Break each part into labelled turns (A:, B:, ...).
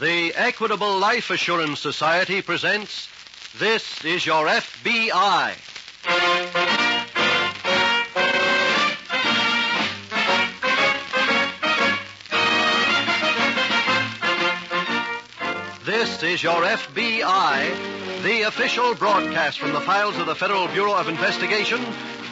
A: The Equitable Life Assurance Society presents This is Your FBI. This is Your FBI, the official broadcast from the files of the Federal Bureau of Investigation,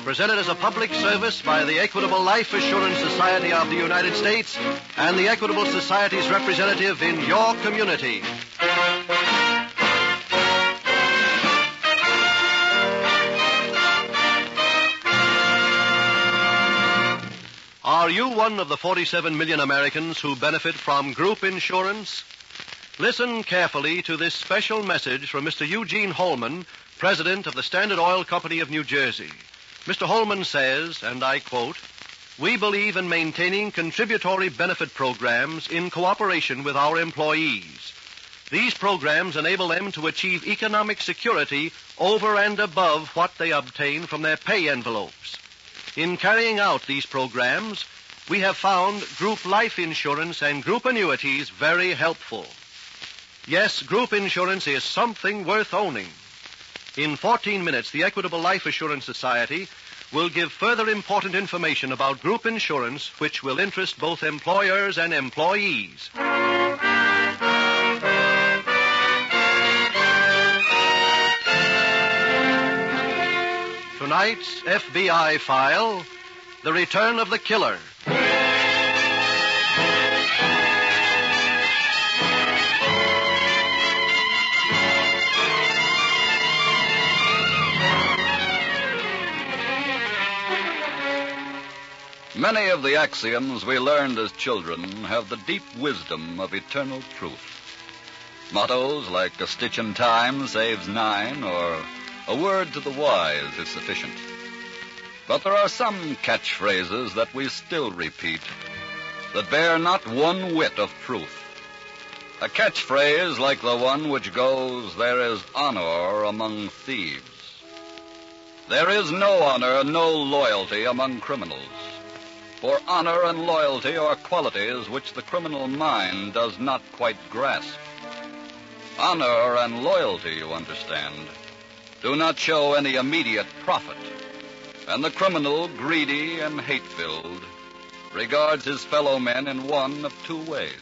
A: presented as a public service by the Equitable Life Assurance Society of the United States and the Equitable Society's representative in your community. Are you one of the 47 million Americans who benefit from group insurance? Listen carefully to this special message from Mr. Eugene Holman, president of the Standard Oil Company of New Jersey. Mr. Holman says, and I quote, We believe in maintaining contributory benefit programs in cooperation with our employees. These programs enable them to achieve economic security over and above what they obtain from their pay envelopes. In carrying out these programs, we have found group life insurance and group annuities very helpful. Yes, group insurance is something worth owning. In 14 minutes, the Equitable Life Assurance Society will give further important information about group insurance, which will interest both employers and employees. Tonight's FBI file The Return of the Killer.
B: Many of the axioms we learned as children have the deep wisdom of eternal truth. Mottos like a stitch in time saves nine or a word to the wise is sufficient. But there are some catchphrases that we still repeat that bear not one whit of truth. A catchphrase like the one which goes, There is honor among thieves. There is no honor, no loyalty among criminals. For honor and loyalty are qualities which the criminal mind does not quite grasp. Honor and loyalty, you understand, do not show any immediate profit. And the criminal, greedy and hate filled, regards his fellow men in one of two ways.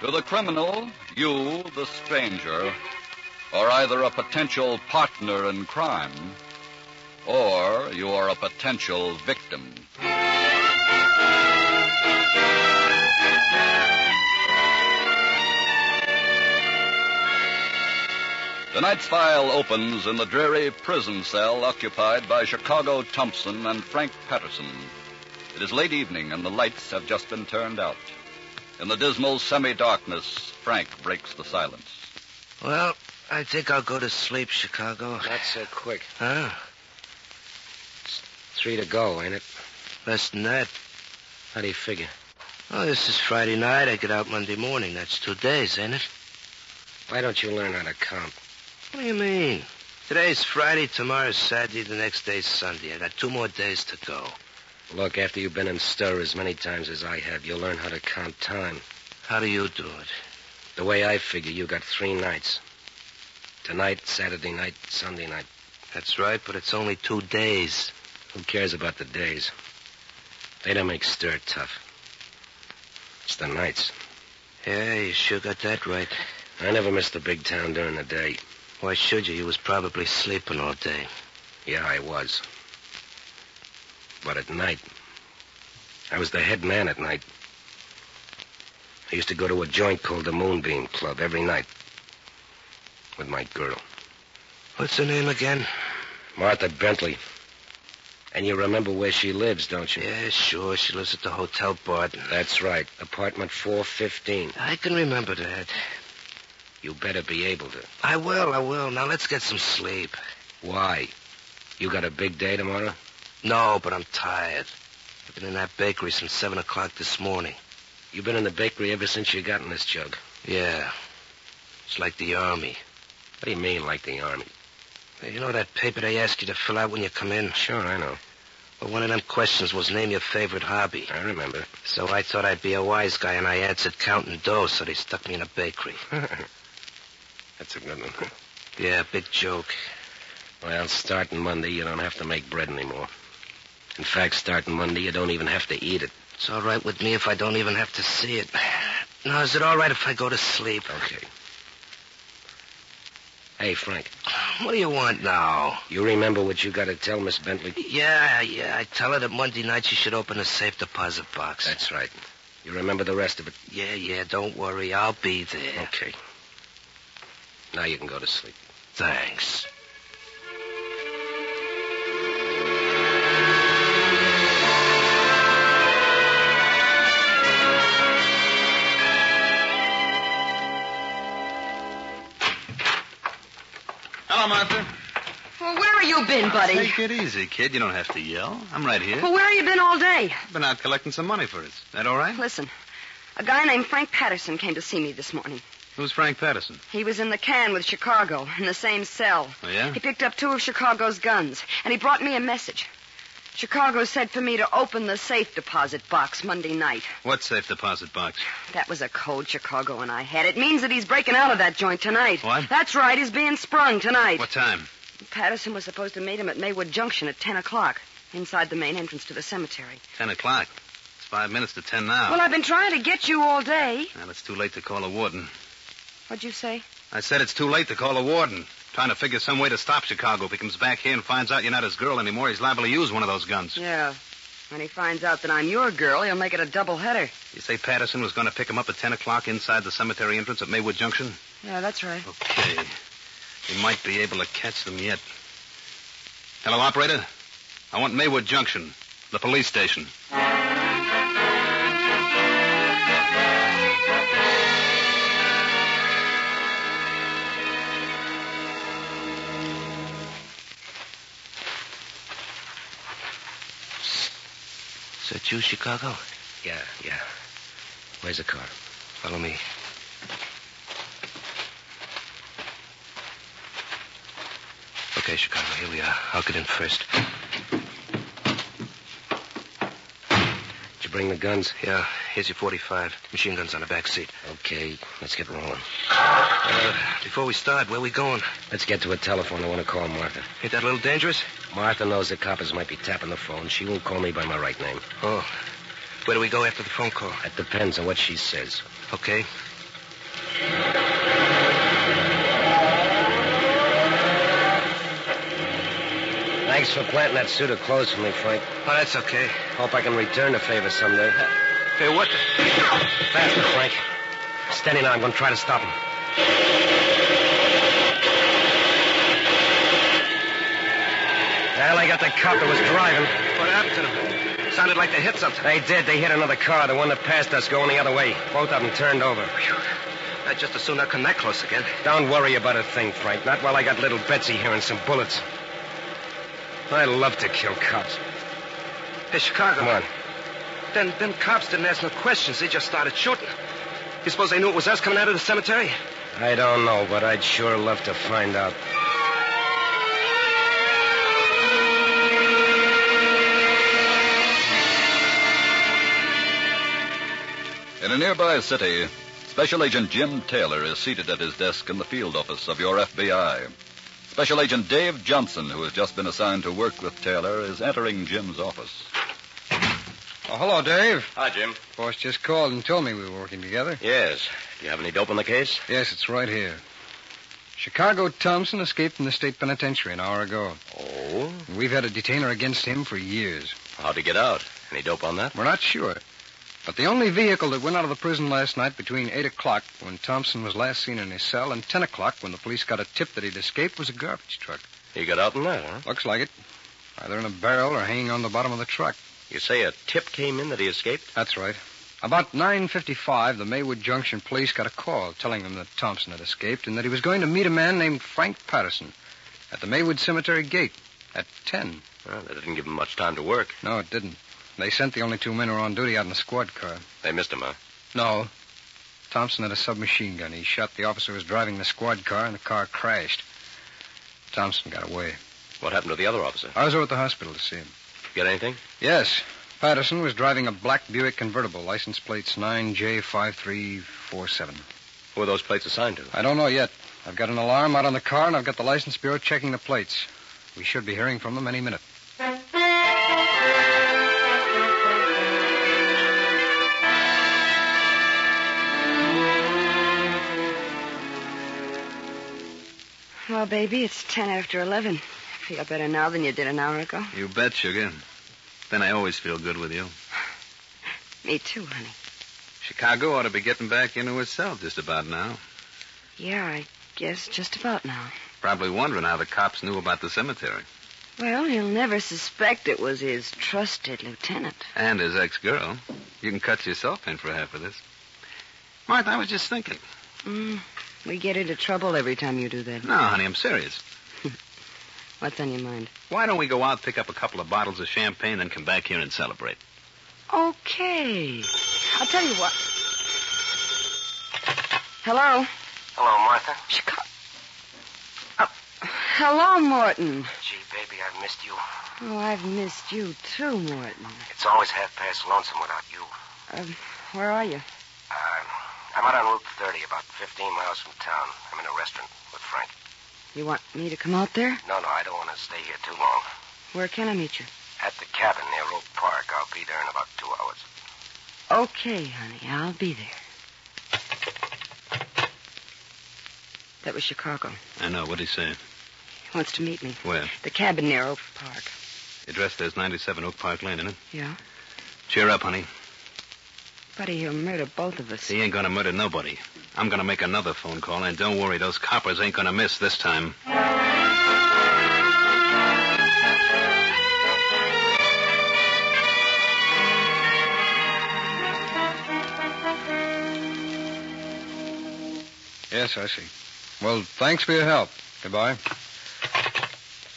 B: To the criminal, you, the stranger, are either a potential partner in crime, or you are a potential victim. Tonight's file opens in the dreary prison cell occupied by Chicago Thompson and Frank Patterson. It is late evening and the lights have just been turned out. In the dismal semi darkness, Frank breaks the silence.
C: Well, I think I'll go to sleep, Chicago.
D: Not so quick.
C: Huh?
D: Three to go, ain't it?
C: Less than that.
D: How do you figure?
C: Oh, this is Friday night. I get out Monday morning. That's two days, ain't it?
D: Why don't you learn how to count?
C: What do you mean? Today's Friday, tomorrow's Saturday, the next day's Sunday. I got two more days to go.
D: Look, after you've been in stir as many times as I have, you'll learn how to count time.
C: How do you do it?
D: The way I figure, you got three nights. Tonight, Saturday night, Sunday night.
C: That's right, but it's only two days.
D: Who cares about the days? They don't make stir tough. It's the nights.
C: Yeah, you sure got that right.
D: I never miss the big town during the day.
C: Why should you? You was probably sleeping all day.
D: Yeah, I was. But at night, I was the head man at night. I used to go to a joint called the Moonbeam Club every night with my girl,
C: What's her name again?
D: Martha Bentley.
E: And you remember where she lives, don't you?
D: Yeah, sure. She lives at the hotel part.
E: That's right. Apartment 415.
D: I can remember that.
E: You better be able to.
D: I will, I will. Now let's get some sleep.
E: Why? You got a big day tomorrow?
D: No, but I'm tired. I've been in that bakery since 7 o'clock this morning.
E: You've been in the bakery ever since you got in this job.
D: Yeah. It's like the army.
E: What do you mean, like the army?
D: Hey, You know that paper they ask you to fill out when you come in?
E: Sure, I know.
D: Well, one of them questions was name your favorite hobby.
E: I remember.
D: So I thought I'd be a wise guy, and I answered counting dough, so they stuck me in a bakery.
E: That's a good one.
D: Yeah, big joke.
E: Well, starting Monday, you don't have to make bread anymore. In fact, starting Monday, you don't even have to eat it.
D: It's all right with me if I don't even have to see it. Now, is it all right if I go to sleep?
E: Okay. Hey, Frank,
D: What do you want now?
E: you remember what you got to tell Miss Bentley?
D: Yeah, yeah. I tell her that Monday night she should open a safe deposit box.
E: That's right. You remember the rest of it?
D: Yeah, yeah. Don't worry. I'll be there.
E: Okay. Now you can go to sleep.
D: Thanks.
A: Hello, Martha.
F: Well, where have you been, buddy?
A: Take it easy, kid. You don't have to yell. I'm right here.
F: Well, where have you been all day?
A: Been out collecting some money for us. That all right?
F: Listen, a guy named Frank Patterson came to see me this morning.
A: Who's Frank Patterson?
F: He was in the can with Chicago in the same cell.
A: Oh, yeah?
F: He picked up two of Chicago's guns, and he brought me a message. Chicago said for me to open the safe deposit box Monday night.
A: What safe deposit box?
F: That was a cold Chicago and I had. It means that he's breaking out of that joint tonight.
A: What?
F: That's right. He's being sprung tonight.
A: What time?
F: Patterson was supposed to meet him at Maywood Junction at 10 o'clock, inside the main entrance to the cemetery.
A: Ten o'clock. It's five minutes to ten now.
F: Well, I've been trying to get you all day.
A: Well, it's too late to call a warden.
F: What'd you say?
A: I said it's too late to call a warden. Trying to figure some way to stop Chicago. If he comes back here and finds out you're not his girl anymore, he's liable to use one of those guns.
F: Yeah. When he finds out that I'm your girl, he'll make it a double header.
A: You say Patterson was going to pick him up at ten o'clock inside the cemetery entrance at Maywood Junction?
F: Yeah, that's right.
A: Okay. We might be able to catch them yet. Hello, operator. I want Maywood Junction, the police station.
D: Is that you, Chicago?
E: Yeah, yeah. Where's the car?
D: Follow me. Okay, Chicago, here we are. I'll get in first.
E: Did you bring the guns?
D: Yeah, here's your 45. Machine gun's on the back seat.
E: Okay, let's get rolling.
D: Uh, before we start, where we going?
E: Let's get to a telephone. I want to call Martha.
D: Ain't that a little dangerous?
E: Martha knows the coppers might be tapping the phone. She won't call me by my right name.
D: Oh. Where do we go after the phone call?
E: That depends on what she says.
D: Okay.
E: Thanks for planting that suit of clothes for me, Frank.
D: Oh, that's okay.
E: Hope I can return the favor someday.
D: Hey, what the...
E: Faster, Frank. Steady now. I'm going to try to stop him. Well, they got the cop that was driving.
D: What happened to them? Sounded like they hit something.
E: They did. They hit another car, the one that passed us going the other way. Both of them turned over.
D: I just assume they'll come that close again.
E: Don't worry about a thing, Frank. Not while I got little Betsy here and some bullets. I love to kill cops.
D: Hey, Chicago.
E: Come on.
D: Then, then cops didn't ask no questions. They just started shooting. You suppose they knew it was us coming out of the cemetery?
E: I don't know, but I'd sure love to find out.
A: In a nearby city, Special Agent Jim Taylor is seated at his desk in the field office of your FBI. Special Agent Dave Johnson, who has just been assigned to work with Taylor, is entering Jim's office.
G: Oh, hello, Dave.
A: Hi, Jim.
G: Boss just called and told me we were working together.
A: Yes. Do you have any dope on the case?
G: Yes, it's right here. Chicago Thompson escaped from the state penitentiary an hour ago.
A: Oh.
G: We've had a detainer against him for years.
A: How'd he get out? Any dope on that?
G: We're not sure. But the only vehicle that went out of the prison last night between 8 o'clock, when Thompson was last seen in his cell, and 10 o'clock, when the police got a tip that he'd escaped, was a garbage truck.
A: He got out in that, huh?
G: Looks like it.
A: either in a barrel or hanging on the bottom of the truck.
D: You say a tip came in that he escaped?
A: That's right. About 9.55, the Maywood Junction police got a call telling them that Thompson had escaped and that he was going to meet a man named Frank Patterson at the Maywood Cemetery gate at 10.
D: Well, that didn't give him much time to work.
A: No, it didn't. They sent the only two men who were on duty out in the squad car.
D: They missed him, huh?
A: No. Thompson had a submachine gun. He shot the officer who was driving the squad car, and the car crashed. Thompson got away.
D: What happened to the other officer?
A: I was over at the hospital to see him.
D: Get anything?
A: Yes. Patterson was driving a black Buick convertible, license plates 9J5347.
D: Who are those plates assigned to?
A: I don't know yet. I've got an alarm out on the car, and I've got the license bureau checking the plates. We should be hearing from them any minute.
F: Well, baby, it's ten after eleven. I feel better now than you did an hour ago.
B: You bet, Sugar. Then I always feel good with you.
F: Me too, honey.
B: Chicago ought to be getting back into itself just about now.
F: Yeah, I guess just about now.
B: Probably wondering how the cops knew about the cemetery.
F: Well, he'll never suspect it was his trusted lieutenant.
B: And his ex girl. You can cut yourself in for half of this. Martha, I was just thinking.
F: Mm, we get into trouble every time you do that.
B: No, honey, I'm serious.
F: What's on your mind?
B: Why don't we go out, pick up a couple of bottles of champagne, then come back here and celebrate?
F: Okay. I'll tell you what. Hello?
H: Hello, Martha.
F: Chicago. Oh, hello, Morton.
H: Gee, baby, I've missed you.
F: Oh, I've missed you too, Morton.
H: It's always half past lonesome without you.
F: Um, where are you?
H: Uh, I'm out on Route 30, about 15 miles from town. I'm in a restaurant with Frank.
F: You want me to come out there?
H: No, no, I don't want to stay here too long.
F: Where can I meet you?
H: At the cabin near Oak Park. I'll be there in about two hours.
F: Okay, honey, I'll be there. That was Chicago.
B: I know. What'd he say?
F: He wants to meet me.
B: Where?
F: The cabin near Oak Park.
B: The address there's 97 Oak Park Lane, isn't it?
F: Yeah.
B: Cheer up, honey.
F: Buddy, he'll murder both of us.
B: He ain't gonna murder nobody. I'm gonna make another phone call, and don't worry, those coppers ain't gonna miss this time.
A: Yes, I see. Well, thanks for your help. Goodbye.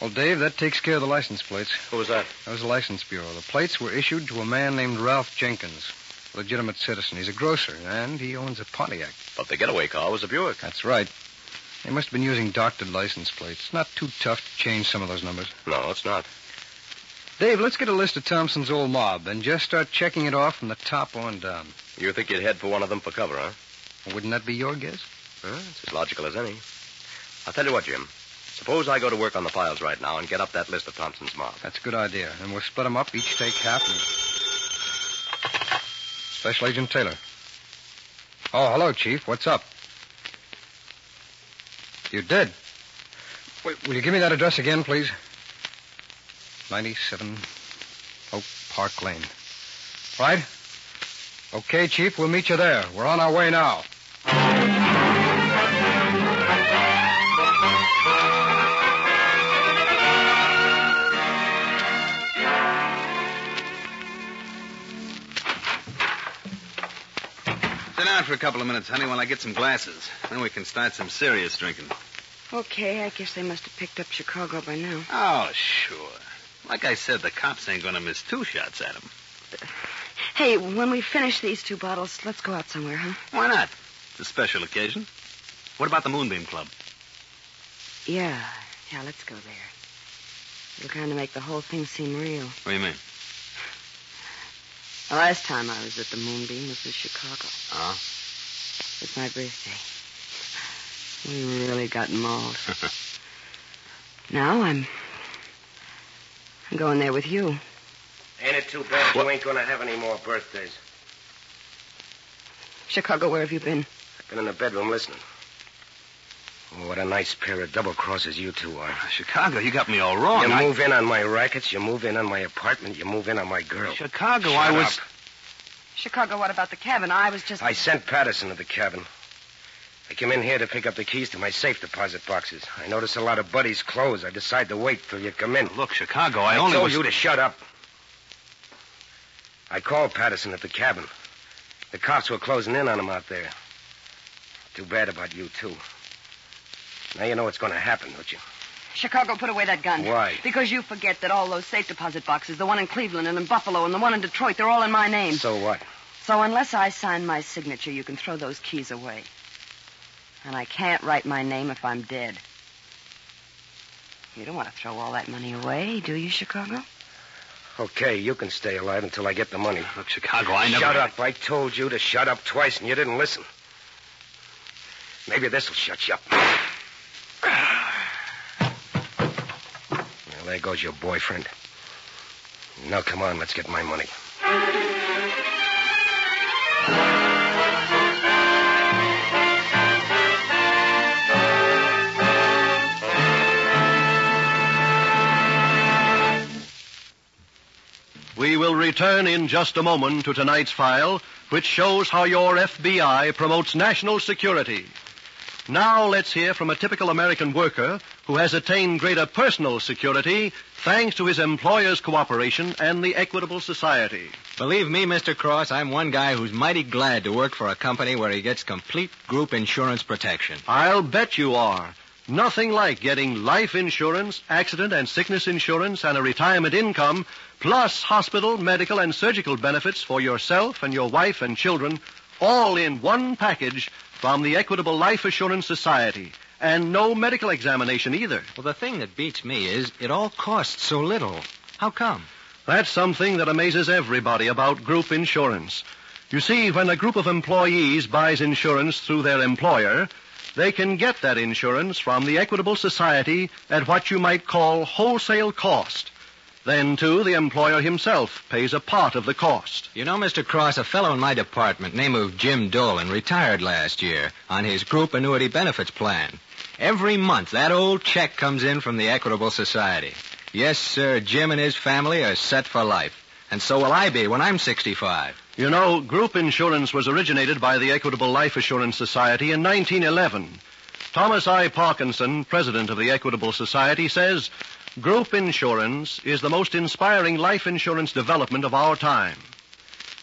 A: Well, Dave, that takes care of the license plates.
D: Who was that?
A: That was the license bureau. The plates were issued to a man named Ralph Jenkins, legitimate citizen. He's a grocer, and he owns a Pontiac.
D: But the getaway car was a Buick.
A: That's right. They must have been using doctored license plates. Not too tough to change some of those numbers.
D: No, it's not.
A: Dave, let's get a list of Thompson's old mob, and just start checking it off from the top on down.
D: You think you'd head for one of them for cover, huh?
A: Wouldn't that be your guess?
D: Well, it's as logical as any. I'll tell you what, Jim. Suppose I go to work on the files right now and get up that list of Thompson's mob.
A: That's a good idea. And we'll split 'em up, each take half. And... Special Agent Taylor. Oh, hello, Chief. What's up? You did. Wait, will you give me that address again, please? 97 Oak Park Lane. Right? Okay, Chief, we'll meet you there. We're on our way now.
B: Sit down for a couple of minutes, honey, while I get some glasses. Then we can start some serious drinking.
F: Okay, I guess they must have picked up Chicago by now.
B: Oh, sure. Like I said, the cops ain't gonna miss two shots at him.
F: Hey, when we finish these two bottles, let's go out somewhere, huh?
B: Why not? It's a special occasion. What about the Moonbeam Club?
F: Yeah, yeah, let's go there. It'll kind of make the whole thing seem real.
B: What do you mean?
F: The last time I was at the Moonbeam was in Chicago.
B: Oh?
F: It's my birthday. We really got mauled. now I'm. I'm going there with you.
D: Ain't it too bad you ain't gonna have any more birthdays?
F: Chicago, where have you been?
D: Been in the bedroom listening. Oh, what a nice pair of double crosses you two are.
B: Chicago, you got me all wrong.
D: you
B: I-
D: move in on my rackets, you move in on my apartment, you move in on my girl.
B: Chicago, I
D: Shut
B: was.
D: up.
F: Chicago, what about the cabin? I was just.
D: I sent Patterson to the cabin. I came in here to pick up the keys to my safe deposit boxes. I noticed a lot of Buddy's clothes. I decide to wait till you come in.
I: Look, Chicago, I, only
D: told
I: was-
D: you to shut up. I called Patterson at the cabin. The cops were closing in on him out there. Too bad about you, too. Now you know what's going to happen, don't you?
F: Chicago, put away that gun.
D: Why?
F: Because you forget that all those safe deposit boxes, the one in Cleveland and in Buffalo and the one in Detroit, they're all in my name.
D: So what?
F: So unless I sign my signature, you can throw those keys away. And I can't write my name if I'm dead. You don't want to throw all that money away, do you, Chicago?
D: Okay, you can stay alive until I get the money.
I: Look, Chicago, I never.
D: Shut up. I told you to shut up twice, and you didn't listen. Maybe this will shut you up. Well, there goes your boyfriend. Now, come on, let's get my money.
A: We will return in just a moment to tonight's file, which shows how your FBI promotes national security. Now let's hear from a typical American worker who has attained greater personal security thanks to his employer's cooperation and the Equitable Society.
J: Believe me, Mr. Cross, I'm one guy who's mighty glad to work for a company where he gets complete group insurance protection.
A: I'll bet you are. Nothing like getting life insurance, accident and sickness insurance, and a retirement income, plus hospital, medical, and surgical benefits for yourself and your wife and children, all in one package from the Equitable Life Assurance Society. And no medical examination either.
J: Well, the thing that beats me is it all costs so little. How come?
A: That's something that amazes everybody about group insurance. You see, when a group of employees buys insurance through their employer, they can get that insurance from the Equitable Society at what you might call wholesale cost. Then, too, the employer himself pays a part of the cost.
J: You know, Mr. Cross, a fellow in my department, name of Jim Dolan, retired last year on his group annuity benefits plan. Every month, that old check comes in from the Equitable Society. Yes, sir, Jim and his family are set for life. And so will I be when I'm 65.
A: You know, group insurance was originated by the Equitable Life Assurance Society in 1911. Thomas I. Parkinson, president of the Equitable Society, says group insurance is the most inspiring life insurance development of our time.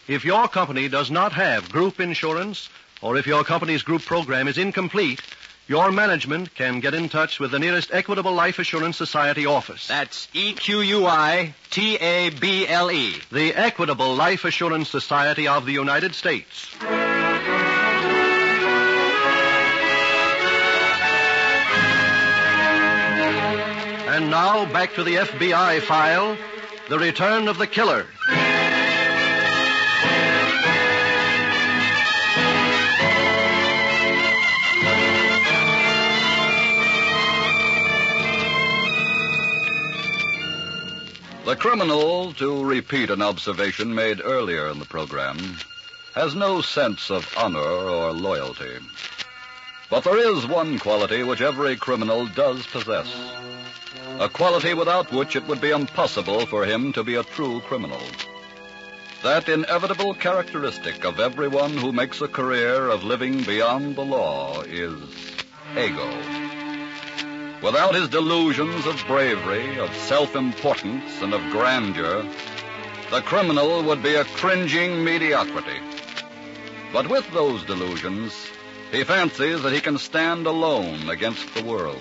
A: If your company does not have group insurance, or if your company's group program is incomplete, your management can get in touch with the nearest Equitable Life Assurance Society office.
J: That's E Q U I T A B L E.
A: The Equitable Life Assurance Society of the United States. And now back to the FBI file The Return of the Killer.
B: The criminal, to repeat an observation made earlier in the program, has no sense of honor or loyalty. But there is one quality which every criminal does possess. A quality without which it would be impossible for him to be a true criminal. That inevitable characteristic of everyone who makes a career of living beyond the law is ego. Without his delusions of bravery, of self importance, and of grandeur, the criminal would be a cringing mediocrity. But with those delusions, he fancies that he can stand alone against the world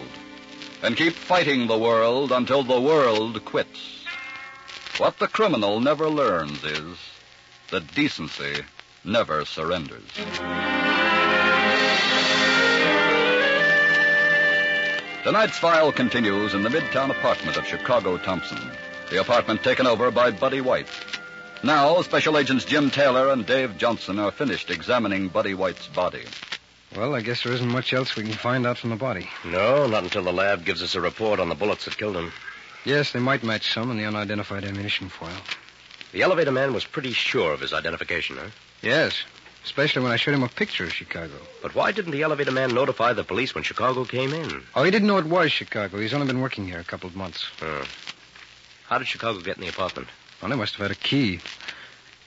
B: and keep fighting the world until the world quits. What the criminal never learns is that decency never surrenders. Tonight's file continues in the Midtown apartment of Chicago Thompson, the apartment taken over by Buddy White. Now, Special Agents Jim Taylor and Dave Johnson are finished examining Buddy White's body.
K: Well, I guess there isn't much else we can find out from the body.
D: No, not until the lab gives us a report on the bullets that killed him.
K: Yes, they might match some in the unidentified ammunition file.
D: The elevator man was pretty sure of his identification, huh?
K: Yes, especially when I showed him a picture of Chicago.
D: But why didn't the elevator man notify the police when Chicago came in?
K: Oh, he didn't know it was Chicago. He's only been working here a couple of months.
D: Huh. How did Chicago get in the apartment?
K: Well, they must have had a key.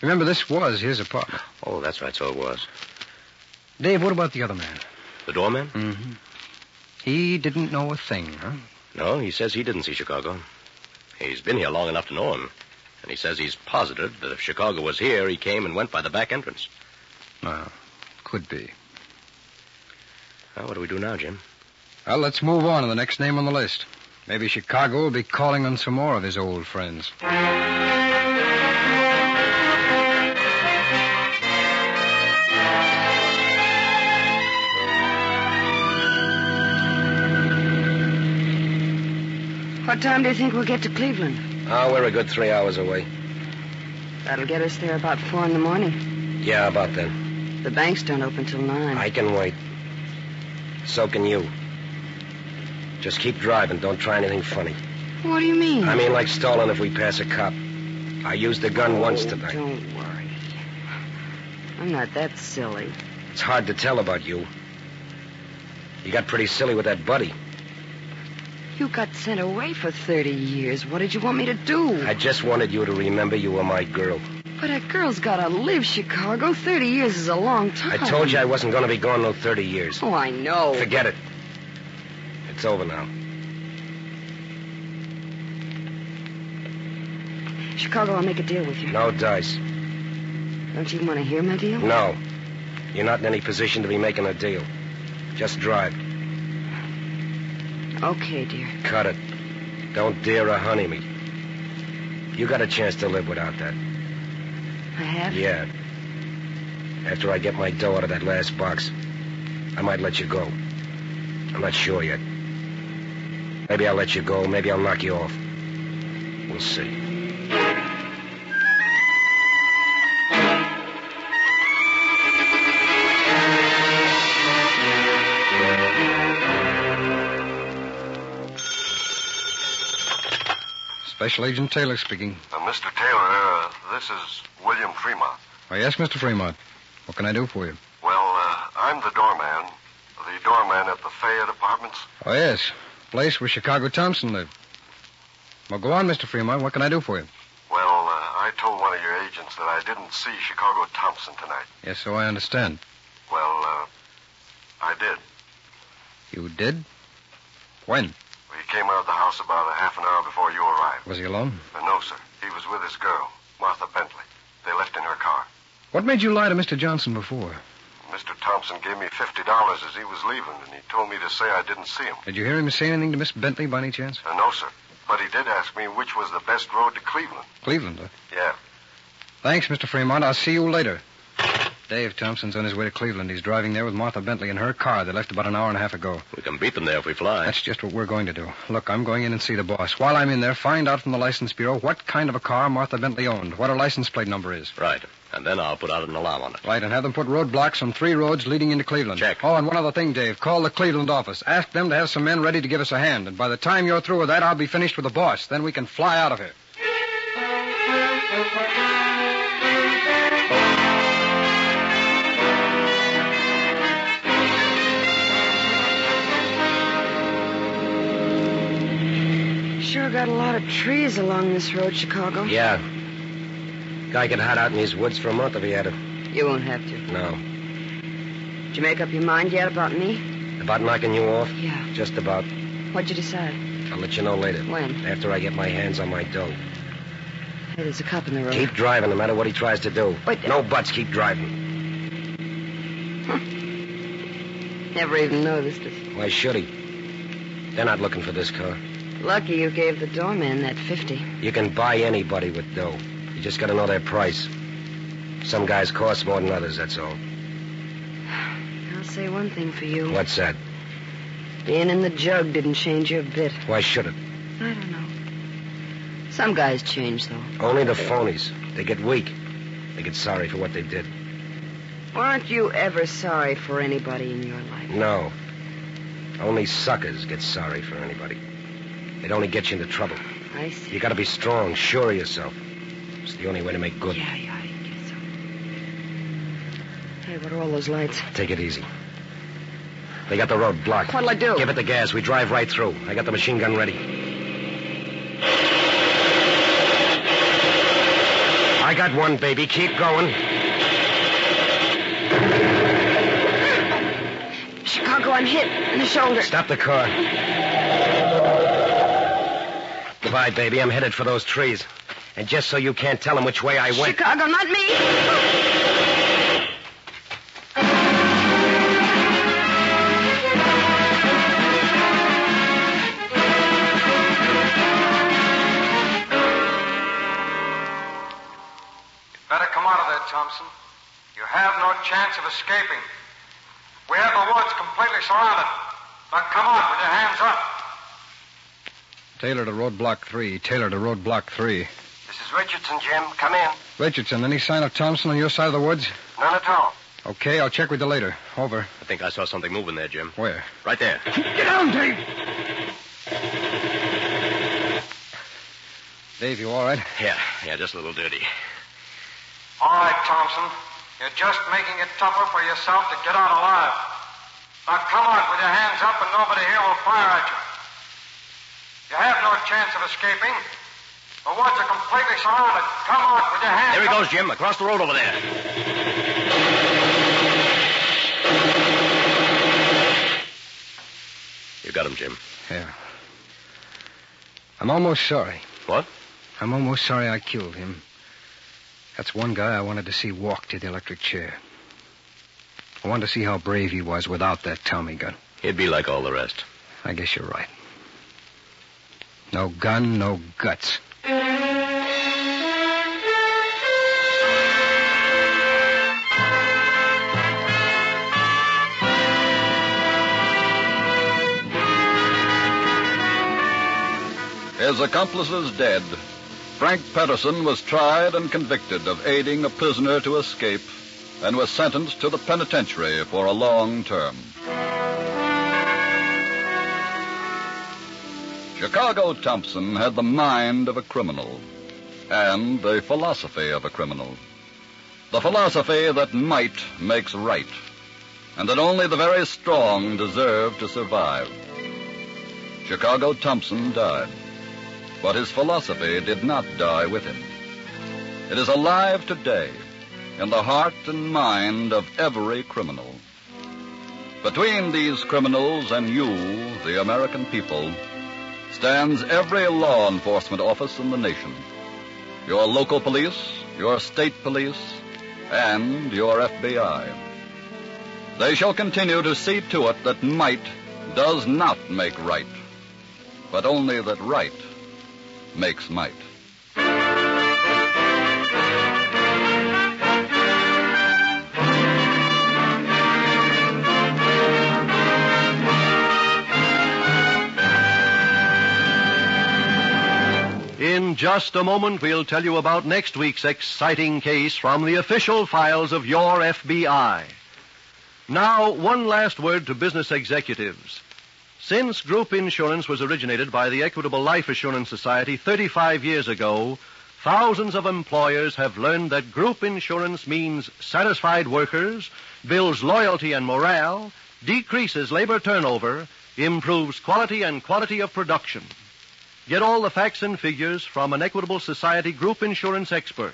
K: Remember, this was his apartment.
D: Oh, that's right, so it was.
K: Dave, what about the other man?
A: The doorman?
B: Mm-hmm. He didn't know a thing, huh?
A: No, he says he didn't see Chicago. He's been here long enough to know him. And he says he's positive that if Chicago was here, he came and went by the back entrance.
B: Well, could be.
A: Well, what do we do now, Jim?
B: Well, let's move on to the next name on the list. Maybe Chicago will be calling on some more of his old friends.
F: What time do you think we'll get to Cleveland?
A: Oh, we're a good three hours away.
F: That'll get us there about four in the morning.
A: Yeah, about then.
F: The banks don't open till nine.
A: I can wait. So can you. Just keep driving. Don't try anything funny.
F: What do you mean?
A: I mean, like stalling if we pass a cop. I used the gun once
F: Oh,
A: tonight.
F: Don't worry. I'm not that silly.
A: It's hard to tell about you. You got pretty silly with that buddy.
F: You got sent away for 30 years. What did you want me to do?
A: I just wanted you to remember you were my girl.
F: But a girl's gotta live, Chicago. 30 years is a long time.
A: I told you I wasn't going to be gone no 30 years.
F: Oh, I know.
A: Forget it. It's over now.
F: Chicago, I'll make a deal with you.
A: No dice.
F: Don't you want to hear my deal?
A: No. You're not in any position to be making a deal. Just drive.
F: Okay, dear.
A: Cut it. Don't dare or honey me. You got a chance to live without that.
F: I have?
A: Yeah. After I get my dough out of that last box, I might let you go. I'm not sure yet. Maybe I'll let you go. Maybe I'll knock you off. We'll see.
B: Special Agent Taylor speaking.
L: Uh, Mr. Taylor, uh, this is William Fremont.
B: Oh, yes, Mr. Fremont. What can I do for you?
L: Well, uh, I'm the doorman. The doorman at the Fayette Apartments.
B: Oh, yes. Place where Chicago Thompson lived. Well, go on, Mr. Fremont. What can I do for you?
L: Well, uh, I told one of your agents that I didn't see Chicago Thompson tonight.
B: Yes, so I understand.
L: Well, uh, I did.
B: You did? When?
L: He came out of the house about a half an hour before you arrived.
B: Was he alone?
L: Uh, no, sir. He was with his girl, Martha Bentley. They left in her car.
B: What made you lie to Mr. Johnson before?
L: Mr. Thompson gave me $50 as he was leaving, and he told me to say I didn't see him.
B: Did you hear him say anything to Miss Bentley by any chance?
L: Uh, no, sir. But he did ask me which was the best road to Cleveland.
B: Cleveland, huh?
L: Yeah.
B: Thanks, Mr. Fremont. I'll see you later. Dave Thompson's on his way to Cleveland. He's driving there with Martha Bentley in her car. They left about an hour and a half ago.
A: We can beat them there if we fly.
B: That's just what we're going to do. Look, I'm going in and see the boss. While I'm in there, find out from the license bureau what kind of a car Martha Bentley owned, what her license plate number is.
A: Right. And then I'll put out an alarm on it.
B: Right, and have them put roadblocks on three roads leading into Cleveland. Check. Oh, and one other thing, Dave. Call the Cleveland office. Ask them to have some men ready to give us a hand. And by the time you're through with that, I'll be finished with the boss. Then we can fly out of here.
F: Sure got a lot of trees along this road, Chicago.
A: Yeah. Guy could hide out in these woods for a month if he had it.
F: You won't have to.
A: No.
F: Did you make up your mind yet about me?
A: About knocking you off?
F: Yeah.
A: Just about.
F: What'd you decide?
A: I'll let you know later.
F: When?
A: After I get my hands on my dough.
F: Hey, there's a cop in the road.
A: Keep driving, no matter what he tries to do.
F: But-
A: No buts, keep driving.
F: Never even noticed it.
A: Why should he? They're not looking for this car.
F: Lucky you gave the doorman that 50.
A: You can buy anybody with dough. You just gotta know their price. Some guys cost more than others, that's all.
F: I'll say one thing for you.
A: What's that?
F: Being in the jug didn't change you a bit.
A: Why should it?
F: I don't know. Some guys change, though.
A: Only the phonies. They get weak. They get sorry for what they did.
F: Aren't you ever sorry for anybody in your life?
A: No. Only suckers get sorry for anybody. It only gets you into trouble.
F: I see.
A: You gotta be strong, sure of yourself. It's the only way to make good.
F: Yeah, yeah, I guess so. Hey, what are all those lights?
A: Take it easy. They got the road blocked.
F: What'll I do?
A: Give it the gas. We drive right through. I got the machine gun ready. I got one, baby. Keep going.
F: Chicago, I'm hit in the shoulder.
D: Stop the car. Goodbye, baby. I'm headed for those trees. And just so you can't tell them which way I went.
F: Chicago, not me.
L: Better come out of there, Thompson. You have no chance of escaping. We have the woods completely surrounded. Now come on with your hands up.
K: Taylor to roadblock three. Taylor to roadblock three.
L: This is Richardson, Jim. Come in.
K: Richardson, any sign of Thompson on your side of the woods?
L: None at all.
K: Okay, I'll check with you later. Over.
M: I think I saw something moving there, Jim.
K: Where?
M: Right there.
K: Get down, Dave! Dave, you all right?
M: Yeah, yeah, just a little dirty.
L: All right, Thompson. You're just making it tougher for yourself to get out alive. Now come on with your hands up and nobody here will fire at you. You have no chance of escaping. The woods are completely surrounded. Come on with your hands
M: There he
L: up.
M: goes, Jim, across the road over there. You got him, Jim.
K: Yeah. I'm almost sorry.
M: What?
K: I'm almost sorry I killed him. That's one guy I wanted to see walk to the electric chair. I wanted to see how brave he was without that Tommy gun.
M: He'd be like all the rest.
K: I guess you're right. No gun, no guts.
B: His accomplices dead. Frank Patterson was tried and convicted of aiding a prisoner to escape and was sentenced to the penitentiary for a long term. Chicago Thompson had the mind of a criminal and the philosophy of a criminal. The philosophy that might makes right and that only the very strong deserve to survive. Chicago Thompson died but his philosophy did not die with him. It is alive today in the heart and mind of every criminal. Between these criminals and you, the American people, stands every law enforcement office in the nation. Your local police, your state police, and your FBI. They shall continue to see to it that might does not make right, but only that right makes might.
A: In just a moment, we'll tell you about next week's exciting case from the official files of your FBI. Now, one last word to business executives. Since group insurance was originated by the Equitable Life Assurance Society 35 years ago, thousands of employers have learned that group insurance means satisfied workers, builds loyalty and morale, decreases labor turnover, improves quality and quantity of production. Get all the facts and figures from an Equitable Society group insurance expert.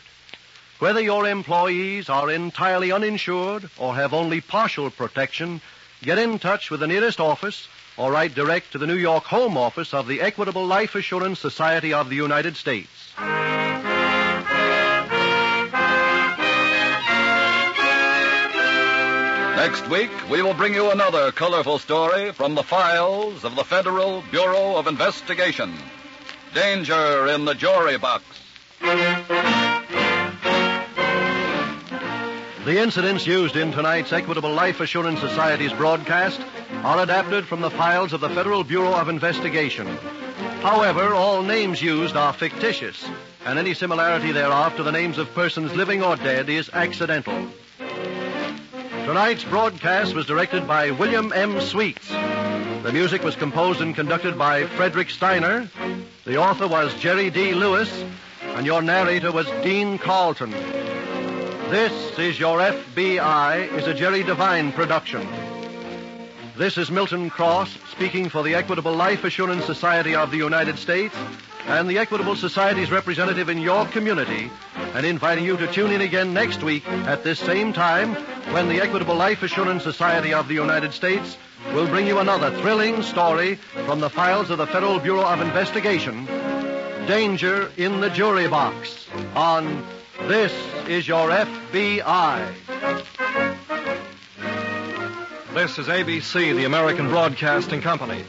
A: Whether your employees are entirely uninsured or have only partial protection, get in touch with the nearest office or write direct to the New York Home Office of the Equitable Life Assurance Society of the United States.
B: Next week, we will bring you another colorful story from the files of the Federal Bureau of Investigation. Danger in the Jury Box.
A: The incidents used in tonight's Equitable Life Assurance Society's broadcast are adapted from the files of the Federal Bureau of Investigation. However, all names used are fictitious, and any similarity thereof to the names of persons living or dead is accidental. Tonight's broadcast was directed by William M. Sweets. The music was composed and conducted by Frederick Steiner. The author was Jerry D. Lewis, and your narrator was Dean Carlton. This is Your FBI is a Jerry Devine production. This is Milton Cross speaking for the Equitable Life Assurance Society of the United States and the Equitable Society's representative in your community and inviting you to tune in again next week at this same time when the Equitable Life Assurance Society of the United States will bring you another thrilling story from the files of the Federal Bureau of Investigation Danger in the Jury Box on This Is Your FBI.
N: This is ABC, the American Broadcasting Company.